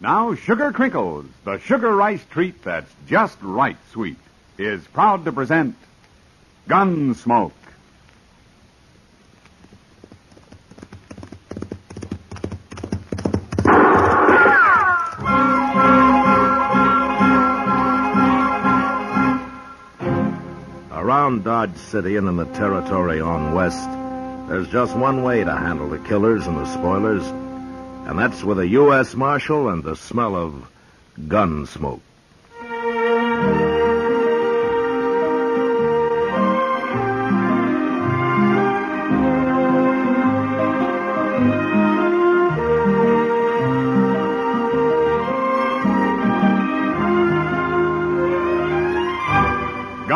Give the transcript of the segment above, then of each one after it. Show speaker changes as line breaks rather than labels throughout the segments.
Now, Sugar Crinkles, the sugar rice treat that's just right sweet, is proud to present Gunsmoke.
Around Dodge City and in the territory on west, there's just one way to handle the killers and the spoilers, and that's with a U.S. Marshal and the smell of gun smoke.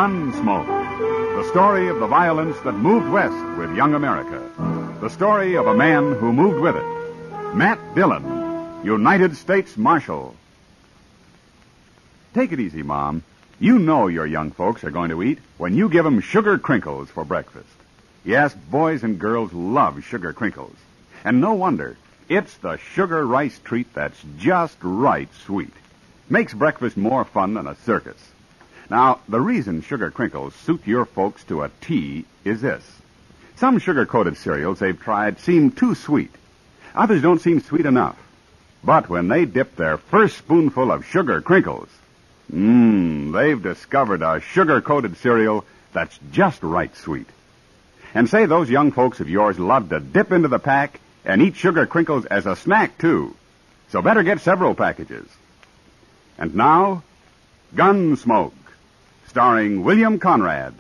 Gunsmoke, the story of the violence that moved west with young America, the story of a man who moved with it, Matt Dillon, United States Marshal. Take it easy, Mom. You know your young folks are going to eat when you give 'em sugar crinkles for breakfast. Yes, boys and girls love sugar crinkles. And no wonder. It's the sugar rice treat that's just right sweet. Makes breakfast more fun than a circus. Now, the reason sugar crinkles suit your folks to a T is this. Some sugar coated cereals they've tried seem too sweet. Others don't seem sweet enough. But when they dip their first spoonful of sugar crinkles, mmm, they've discovered a sugar coated cereal that's just right sweet. And say those young folks of yours love to dip into the pack and eat sugar crinkles as a snack, too. So better get several packages. And now, Gunsmoke, starring William Conrad.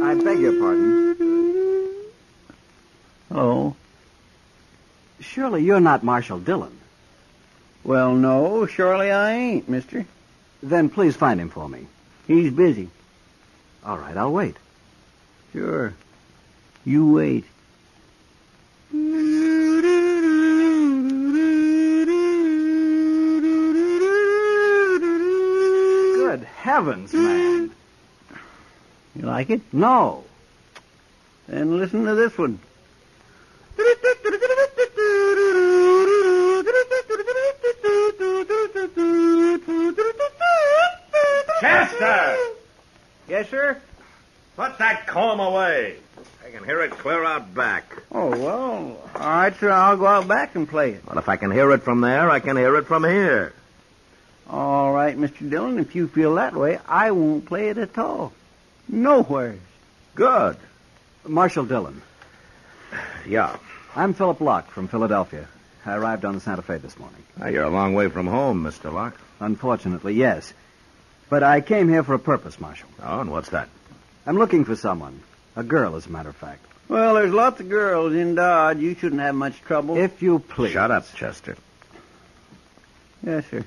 I beg your pardon.
Oh,
Surely you're not Marshal Dillon.
well, no, surely I ain't, mister.
Then please find him for me.
He's busy.
All right, I'll wait.
Sure. You wait.
Good heavens, man.
You like it?
No.
Then listen to this one.
Chester!
Yes, sir?
Put that comb away.
I can hear it clear out back.
Oh, well, all right, sir. I'll go out back and play it.
Well, if I can hear it from there, I can hear it from here.
All right, Mr. Dillon, if you feel that way, I won't play it at all. Nowhere.
Good.
Marshal Dillon.
Yeah.
I'm Philip Locke from Philadelphia. I arrived on the Santa Fe this morning.
Ah, you're a long way from home, Mr. Locke.
Unfortunately, yes. But I came here for a purpose, Marshal.
Oh, and what's that?
I'm looking for someone. A girl, as a matter of fact.
Well, there's lots of girls in Dodge. You shouldn't have much trouble.
If you please.
Shut up, Chester.
Yes, sir.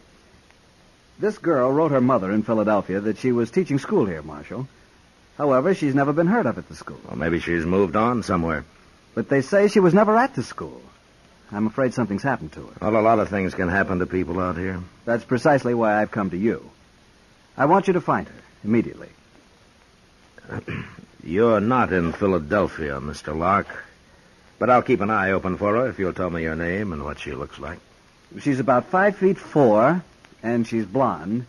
This girl wrote her mother in Philadelphia that she was teaching school here, Marshal. However, she's never been heard of at the school.
Well, maybe she's moved on somewhere.
But they say she was never at the school. I'm afraid something's happened to her.
Well, a lot of things can happen to people out here.
That's precisely why I've come to you. I want you to find her immediately.
You're not in Philadelphia, Mr. Locke. But I'll keep an eye open for her if you'll tell me your name and what she looks like.
She's about five feet four, and she's blonde.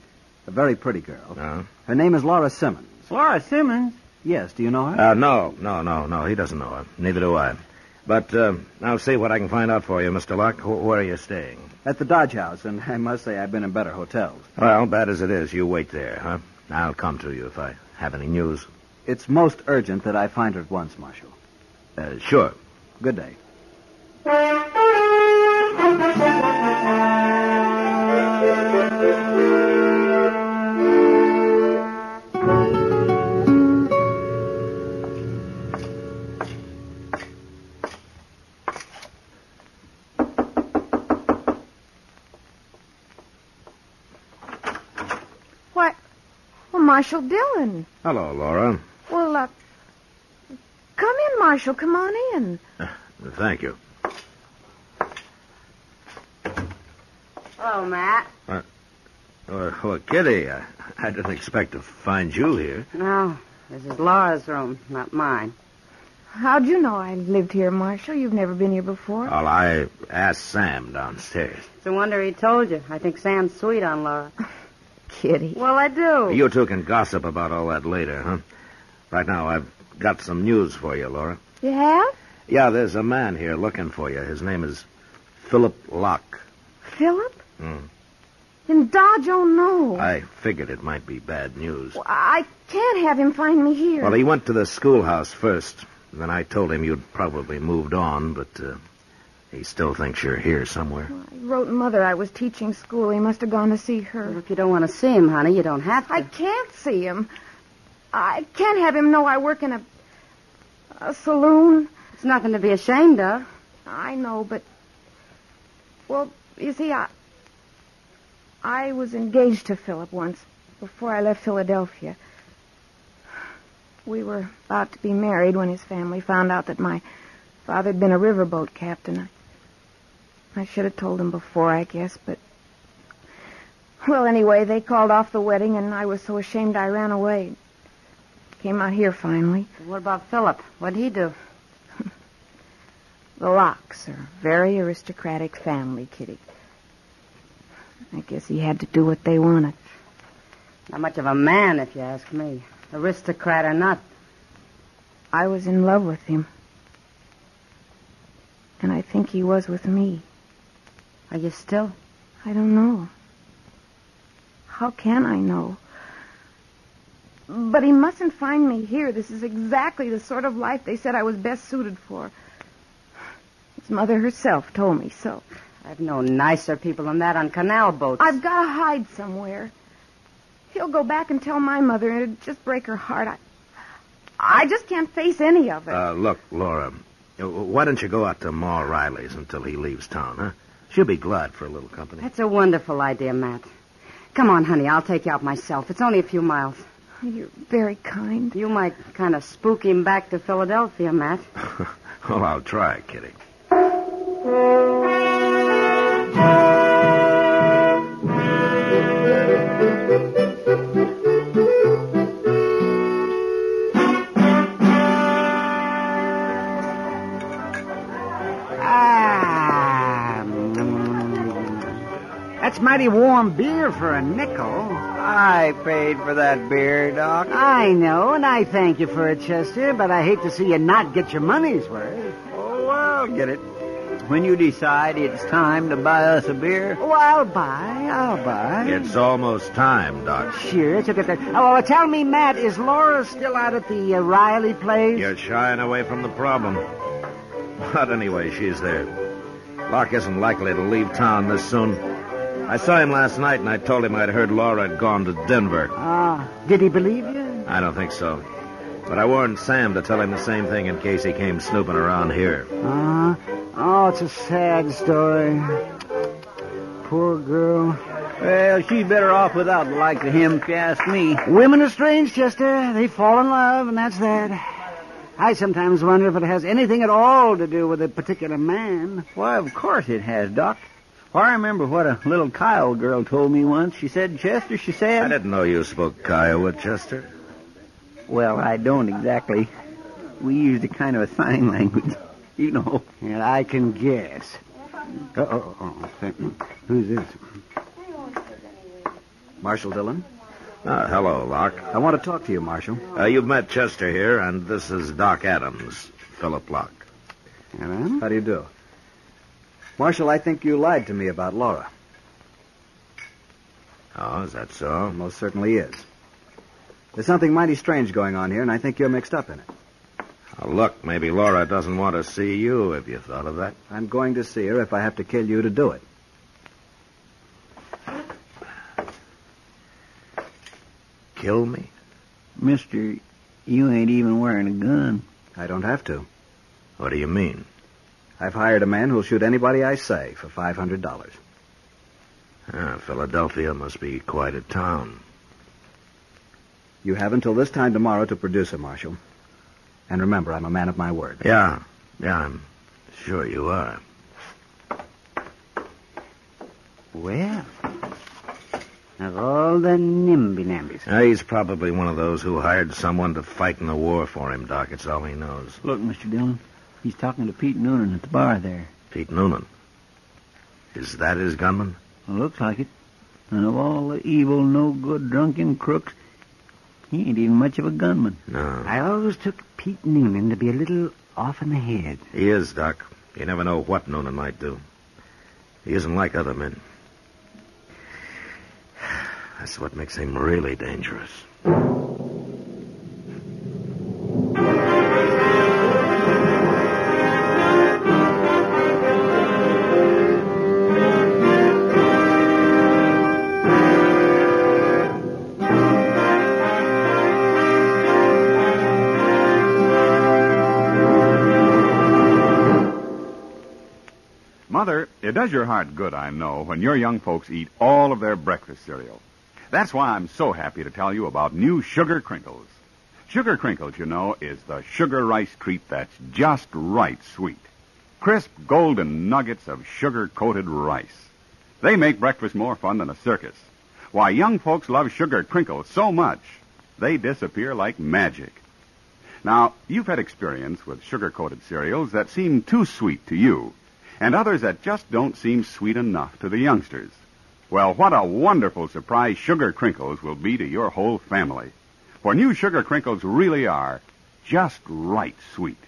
A very pretty girl.
Huh?
Her name is Laura Simmons.
Laura Simmons.
Yes, do you know her?
Uh, no, no, no, no. He doesn't know her. Neither do I. But uh, I'll see what I can find out for you, Mr. Locke. Wh- where are you staying?
At the Dodge House, and I must say I've been in better hotels.
Well, bad as it is, you wait there, huh? I'll come to you if I have any news.
It's most urgent that I find her at once, Marshal.
Uh, sure.
Good day.
Marshal Dillon.
Hello, Laura.
Well, uh, come in, Marshal. Come on in.
Thank you.
Hello, Matt.
Uh, well, Kitty, I, I didn't expect to find you here.
No, this is Laura's room, not mine.
How'd you know I lived here, Marshal? You've never been here before.
Well, I asked Sam downstairs.
It's a wonder he told you. I think Sam's sweet on Laura.
Kitty.
Well, I
Oh.
do.
You two can gossip about all that later, huh? Right now, I've got some news for you, Laura.
You have?
Yeah, there's a man here looking for you. His name is Philip Locke.
Philip?
Mm.
In Dodge? Oh, no.
I figured it might be bad news.
Well, I can't have him find me here.
Well, he went to the schoolhouse first. and Then I told him you'd probably moved on, but uh, he still thinks you're here somewhere.
I wrote Mother I was teaching school. He must have gone to see her.
If you don't want to see him, honey, you don't have to.
I can't see him. I can't have him know I work in a, a saloon.
It's nothing to be ashamed of.
I know, but. Well, you see, I. I was engaged to Philip once before I left Philadelphia. We were about to be married when his family found out that my father had been a riverboat captain. I, I should have told him before, I guess, but. Well, anyway, they called off the wedding, and I was so ashamed I ran away. Came out here finally.
What about Philip? What'd he do?
The Locks are a very aristocratic family, Kitty. I guess he had to do what they wanted.
Not much of a man, if you ask me. Aristocrat or not.
I was in love with him. And I think he was with me.
Are you still?
I don't know. How can I know? But he mustn't find me here. This is exactly the sort of life they said I was best suited for. His mother herself told me so.
I've known nicer people than that on canal boats.
I've got to hide somewhere. He'll go back and tell my mother, and it'd just break her heart. I, I just can't face any of it.
Uh, look, Laura, uh, why don't you go out to Ma Riley's until he leaves town, huh? She'll be glad for a little company.
That's a wonderful idea, Matt. Come on, honey. I'll take you out myself. It's only a few miles.
You're very kind.
You might kind of spook him back to Philadelphia, Matt.
well, I'll try, Kitty.
Ah, that's mighty warm beer for a nickel.
I paid for that beer, Doc.
I know, and I thank you for it, Chester, but I hate to see you not get your money's worth.
Oh, I'll get it. When you decide it's time to buy us a beer.
Oh, I'll buy, I'll buy.
It's almost time, Doc.
Sure, it's a good thing. Oh, well, tell me, Matt, is Laura still out at the uh, Riley place?
You're shying away from the problem. But anyway, she's there. Locke isn't likely to leave town this soon. I saw him last night, and I told him I'd heard Laura had gone to Denver.
Ah, did he believe you?
I don't think so. But I warned Sam to tell him the same thing in case he came snooping around here.
Ah, oh, it's a sad story. Poor girl.
Well, she's better off without the like of him, if you ask me.
Women are strange, Chester. They fall in love, and that's that. I sometimes wonder if it has anything at all to do with a particular man.
Why, of course it has, Doc. Well, I remember what a little Kyle girl told me once. She said, Chester, she
I
said.
didn't know you spoke Kiowa, Chester.
well, I don't exactly. We used a kind of a sign language. You know.
And I can guess. Uh-oh, oh, thank- who's this?
Marshal Dillon,
Ah, hello, Locke.
I want to talk to you, Marshal.
Uh, you've met Chester here, and this is Doc Adams, Philip Locke.
Hello?
How do you do? Marshal, I think you lied to me about Laura.
Oh, is that so?
Most certainly is. There's something mighty strange going on here, and I think you're mixed up in it.
Oh, look, maybe Laura doesn't want to see you. Have you thought of that?
I'm going to see her if I have to kill you to do it.
Kill me?
Mister, you ain't even wearing a gun. I don't have to.
What do you mean?
I've hired a man who'll shoot anybody I say for $500.
Ah, Philadelphia must be quite a town.
You have until this time tomorrow to produce her, Marshal. And remember, I'm a man of my word.
Yeah, yeah, I'm sure you are.
Well, of all the nimby-nambys.
Uh, he's probably one of those who hired someone to fight in the war for him, Doc. It's all he knows.
Look, Mr. Dillon, he's talking to Pete Noonan at the bar there.
Pete Noonan. Is that his gunman?
looks like it. And of all the evil, no good, drunken crooks, he ain't even much of a gunman.
No.
I always took Pete Noonan to be a little off in the head.
He is, Doc. You never know what Noonan might do. He isn't like other men. That's what makes him really dangerous.
Mother, it does your heart good, I know, when your young folks eat all of their breakfast cereal. That's why I'm so happy to tell you about new Sugar Crinkles. Sugar Crinkles, you know, is the sugar rice treat that's just right sweet. Crisp golden nuggets of sugar coated rice. They make breakfast more fun than a circus. Why, young folks love Sugar Crinkles so much, they disappear like magic. Now, you've had experience with sugar coated cereals that seem too sweet to you and others that just don't seem sweet enough to the youngsters. Well, what a wonderful surprise Sugar Crinkles will be to your whole family. For new Sugar Crinkles really are just right sweet.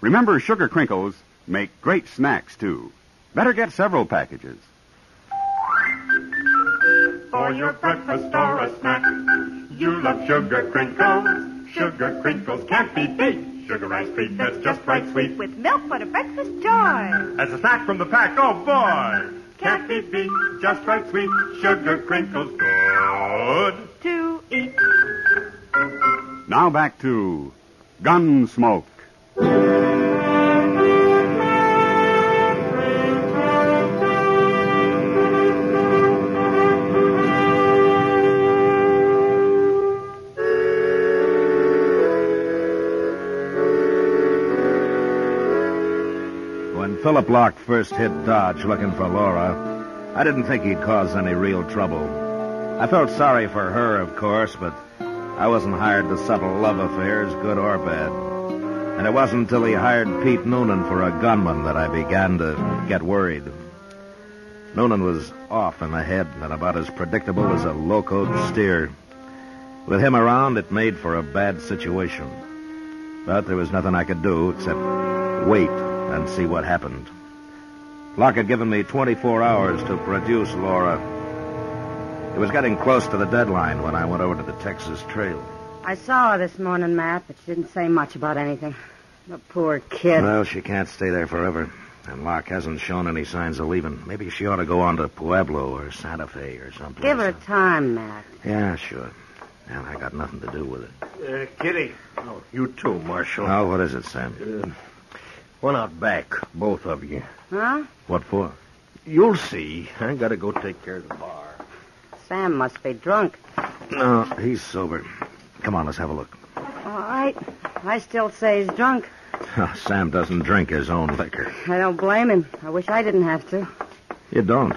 Remember, Sugar Crinkles make great snacks, too. Better get several packages.
For your breakfast or a snack, you love sugar crinkles. Sugar crinkles can't be beat. Sugar rice treat that's just right sweet.
With milk for the breakfast joy.
As a snack from the pack, oh boy!
Can't be beat, just right sweet. Sugar crinkles good.
To eat.
Now back to Gunsmoke.
When Philip Locke first hit Dodge looking for Laura, I didn't think he'd cause any real trouble. I felt sorry for her, of course, but I wasn't hired to settle love affairs, good or bad. And it wasn't until he hired Pete Noonan for a gunman that I began to get worried. Noonan was off in the head and about as predictable as a locoed steer. With him around, it made for a bad situation. But there was nothing I could do except wait and see what happened. Locke had given me 24 hours to produce Laura. It was getting close to the deadline when I went over to the Texas Trail.
I saw her this morning, Matt, but she didn't say much about anything. The poor kid.
Well, she can't stay there forever. And Locke hasn't shown any signs of leaving. Maybe she ought to go on to Pueblo or Santa Fe or something.
Give her time, Matt.
Yeah, sure. And I got nothing to do with it.
Uh, Kitty. Oh, you too, Marshal.
Oh, what is it, Sam?
One out Uh, back, both of you.
Huh?
What for?
You'll see. I gotta go take care of the bar.
Sam must be drunk.
No, Oh, he's sober. Come on, let's have a look.
All right. I still say he's drunk.
Sam doesn't drink his own liquor.
I don't blame him. I wish I didn't have to.
You don't.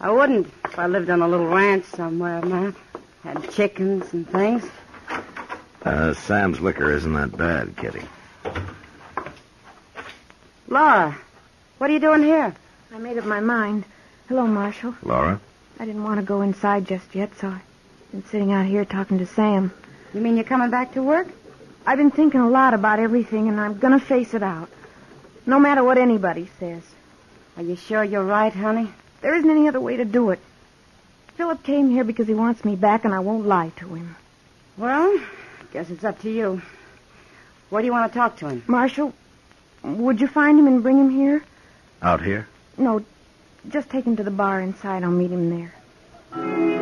I wouldn't if I lived on a little ranch somewhere, Matt. Had chickens and things.
Uh, Sam's liquor isn't that bad, Kitty.
Laura, what are you doing here?
I made up my mind. Hello, Marshal.
Laura?
I didn't want to go inside just yet, so I've been sitting out here talking to Sam.
You mean you're coming back to work?
I've been thinking a lot about everything, and I'm going to face it out. No matter what anybody says.
Are you sure you're right, honey?
There isn't any other way to do it. Philip came here because he wants me back, and I won't lie to him.
Well, guess it's up to you. What do you want to talk to him?
Marshal, would you find him and bring him here?
Out here?
No, just take him to the bar inside. I'll meet him there.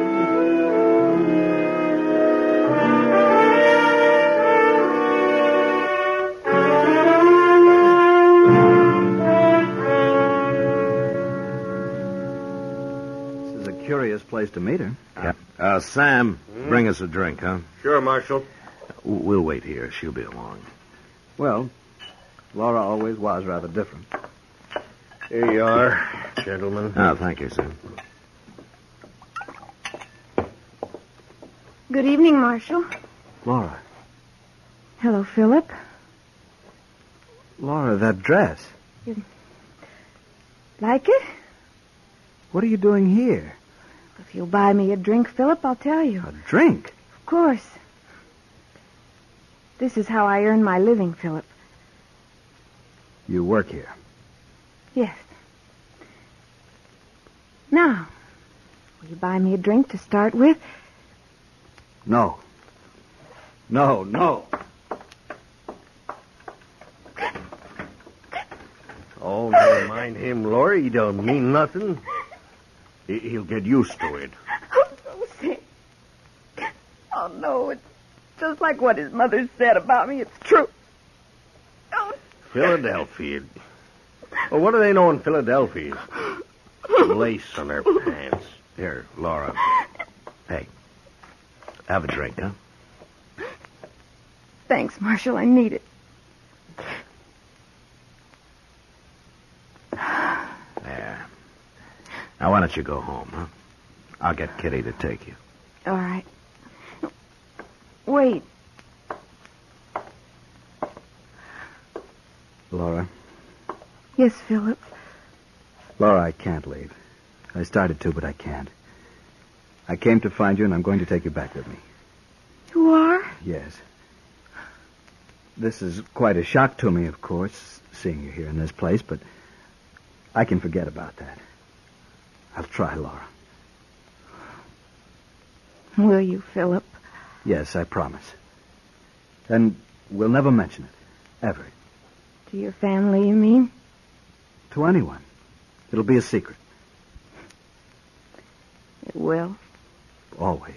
This is a curious place to meet her.
Uh, Sam,
Bring us a drink, huh?
Hmm? Sure, Marshal.
We'll wait here. She'll be along.
Well, Laura always was rather different.
Here you are, gentlemen.
Oh, thank you, sir.
Good evening, Marshal.
Laura.
Hello, Philip.
Laura, that dress.
You like it?
What are you doing here?
If you'll buy me a drink, Philip, I'll tell you.
A drink?
Of course. This is how I earn my living, Philip.
You work here.
Yes. Now, will you buy me a drink to start with?
No. No, no.
Oh, never mind him, Laura. He don't mean nothing. He- He'll get used to it.
I'm so sick. Oh, no, it's just like what his mother said about me. It's true. Oh,
Philadelphia. Well, what do they know in Philadelphia? Lace on their pants.
Here, Laura. Hey, have a drink, huh?
thanks, Marshal. I need it.
There. Now, why don't you go home, huh? I'll get Kitty to take you.
All right. Wait.
Laura.
Yes, Philip.
Laura, I can't leave. I started to, but I can't. I came to find you, and I'm going to take you back with me.
You are?
Yes. This is quite a shock to me, of course, seeing you here in this place, but I can forget about that. I'll try, Laura.
Will you, Philip?
Yes, I promise. And we'll never mention it. Ever.
To your family, you mean?
To anyone. It'll be a secret.
It will.
Always.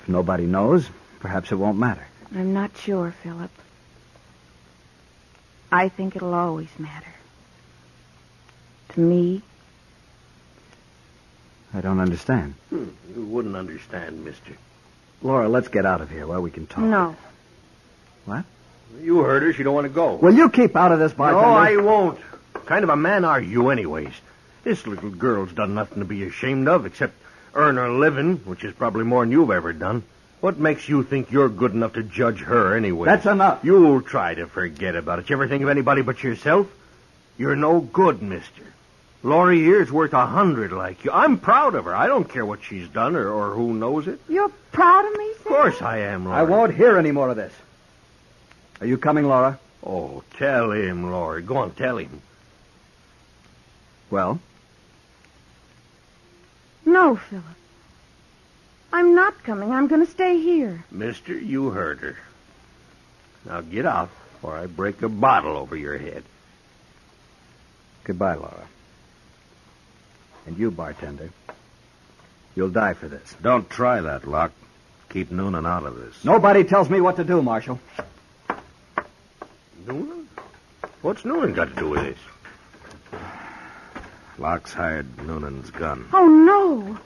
If nobody knows, perhaps it won't matter.
I'm not sure, Philip. I think it'll always matter. To me,
I don't understand.
Hmm, You wouldn't understand, mister.
Laura, let's get out of here where we can talk.
no.
What?
You heard her. She don't want to go.
Will you keep out of this,
no,
bartender?
I won't. What kind of a man are you, anyways? This little girl's done nothing to be ashamed of except earn her living, which is probably more than you've ever done. What makes you think you're good enough to judge her, anyway?
That's enough.
You'll try to forget about it. You ever think of anybody but yourself? You're no good, mister. Laurie here's worth a hundred like you. I'm proud of her. I don't care what she's done or, or who knows it.
You're proud of me,
Of
Philip?
course I am, Laurie.
I won't hear any more of this. Are you coming, Laura?
Oh, tell him, Laurie. Go on, tell him.
Well,
No, Philip. I'm not coming. I'm going to stay here.
Mister, you heard her. Now get out, or I break a bottle over your head.
goodbye, Laura. And you, bartender, you'll die for this.
Don't try that, Locke. Keep Noonan out of this.
Nobody tells me what to do, Marshal.
Noonan? What's Noonan got to do with this?
Locke's hired Noonan's gun.
Oh, no.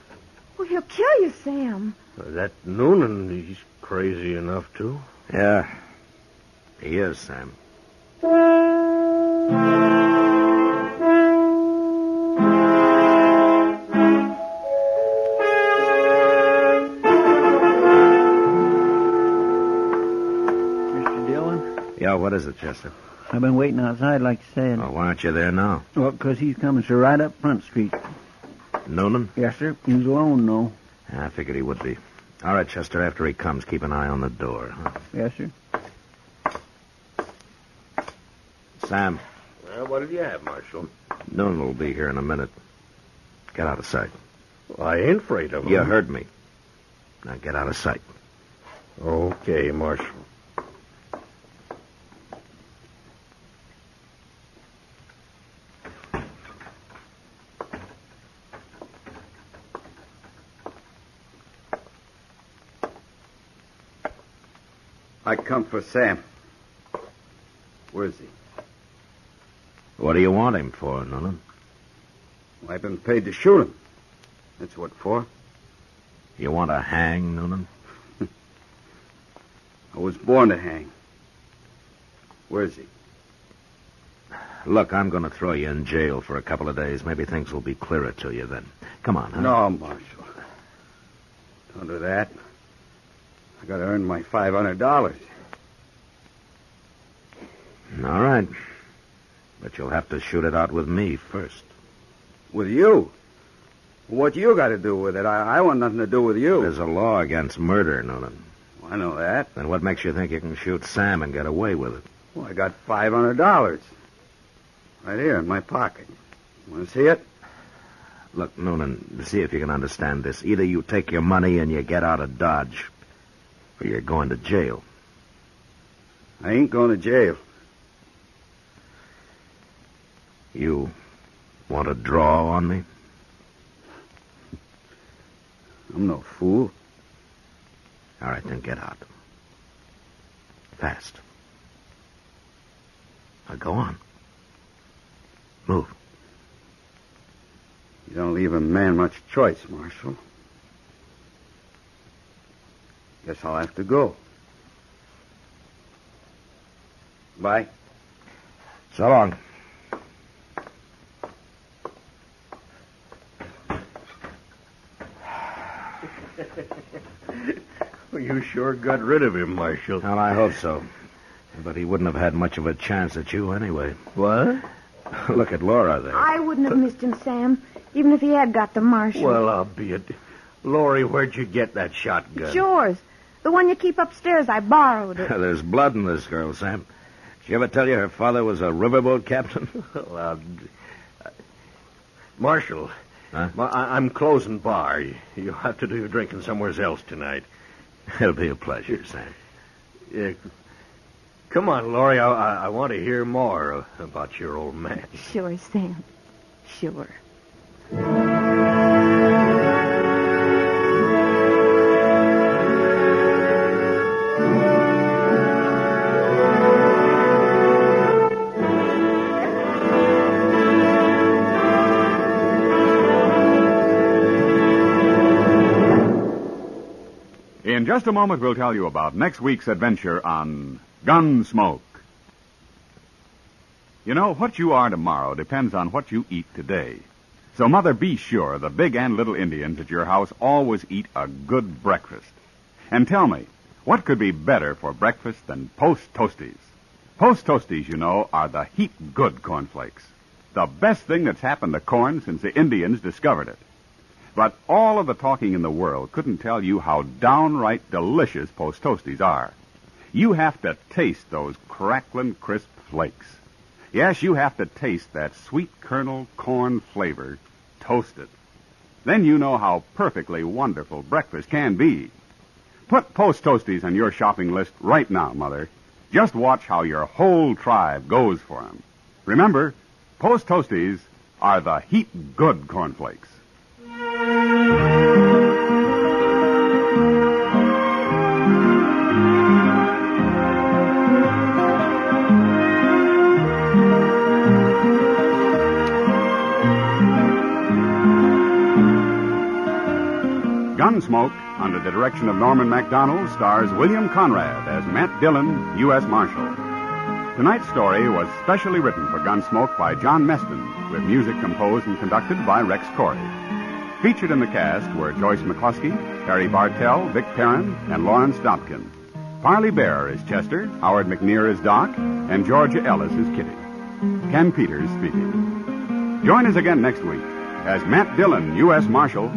Well, he'll kill you, Sam.
That Noonan, he's crazy enough to.
Yeah. He is, Sam.
Mr. Dillon,
Yeah, what is it, Chester?
I've been waiting outside like you said.
Oh.
Well, why aren't you there now?
Well, 'cause he's coming, sir, right up Front Street.
Noonan?
Yes, sir. He's alone, though.
I figured he would be. All right, Chester, after he comes, keep an eye on the door. huh?
Yes, sir.
Sam,
Well, what did you have, Marshal?
Noonan will be here in a minute. Get out of sight.
I ain't afraid of him.
You heard me. Now get out of sight.
Okay, Marshal.
I come for Sam. Where's he?
What do you want him for, Noonan?
Well, I've been paid to shoot him. That's what for.
You want to hang, Noonan?
I was born to hang. Where's he?
Look, I'm going to throw you in jail for a couple of days. Maybe things will be clearer to you then. Come on, huh?
No, Marshal. Don't do that. I gotta earn my five hundred dollars.
All right. But you'll have to shoot it out with me first.
With you? What you got to do with it? I, I want nothing to do with you.
There's a law against murder, Noonan.
I know that.
Then what makes you think you can shoot Sam and get away with it?
Well, I got five hundred dollars. Right here in my pocket. Want to see it?
Look, Noonan, see if you can understand this. Either you take your money and you get out of Dodge, or you're going to jail.
I ain't going to jail.
You want to draw on me?
I'm no fool.
All right, then get out. Fast. Now go on. Move.
You don't leave a man much choice, Marshal. Guess I'll have to go. Bye.
So long.
Well, you sure got rid of him, Marshal.
Well, I hope so. But he wouldn't have had much of a chance at you anyway.
What?
Look at Laura there.
I wouldn't have missed him, Sam, even if he had got the marshal.
Well, I'll be it. Lori, where'd you get that shotgun?
it's yours. The one you keep upstairs. I borrowed it.
There's blood in this girl, Sam. Did you ever tell you her father was a riverboat captain?
Well, I'll d- uh, Marshal,
Huh?
my- I- I'm closing bar. You- You'll have to do your drinking somewhere else tonight.
It'll be a pleasure, Sam.
Yeah. Come on, Laurie. I, I, I want to hear more uh, about your old man.
Sure, Sam. Sure.
In just a moment, we'll tell you about next week's adventure on Gunsmoke. You know, what you are tomorrow depends on what you eat today. So, Mother, be sure the big and little Indians at your house always eat a good breakfast. And tell me, what could be better for breakfast than Post Toasties? Post Toasties, you know, are the heap good cornflakes. The best thing that's happened to corn since the Indians discovered it. But all of the talking in the world couldn't tell you how downright delicious Post Toasties are. You have to taste those crackling, crisp flakes. Yes, you have to taste that sweet kernel corn flavor toasted. Then you know how perfectly wonderful breakfast can be. Put Post Toasties on your shopping list right now, Mother. Just watch how your whole tribe goes for 'em. Remember, Post Toasties are the heap good cornflakes. Gunsmoke, under the direction of Norman MacDonald, stars William Conrad as Matt Dillon, U.S. Marshal. Tonight's story was specially written for Gunsmoke by John Meston, with music composed and conducted by Rex Corey. Featured in the cast were Joyce McCluskey, Harry Bartell, Vic Perrin, and Lawrence Dobkin. Parley Bearer is Chester, Howard McNear is Doc, and Georgia Ellis is Kitty. Ken Peters speaking. Join us again next week as Matt Dillon, U.S. Marshal,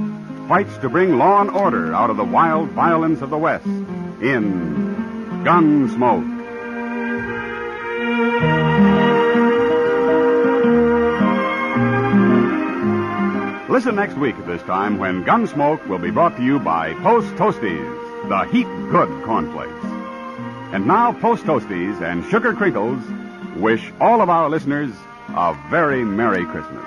fights to bring law and order out of the wild violence of the West in Gunsmoke. Listen next week at this time when Gunsmoke will be brought to you by Post Toasties, the heat good cornflakes. And now, Post Toasties and Sugar Crinkles wish all of our listeners a very Merry Christmas.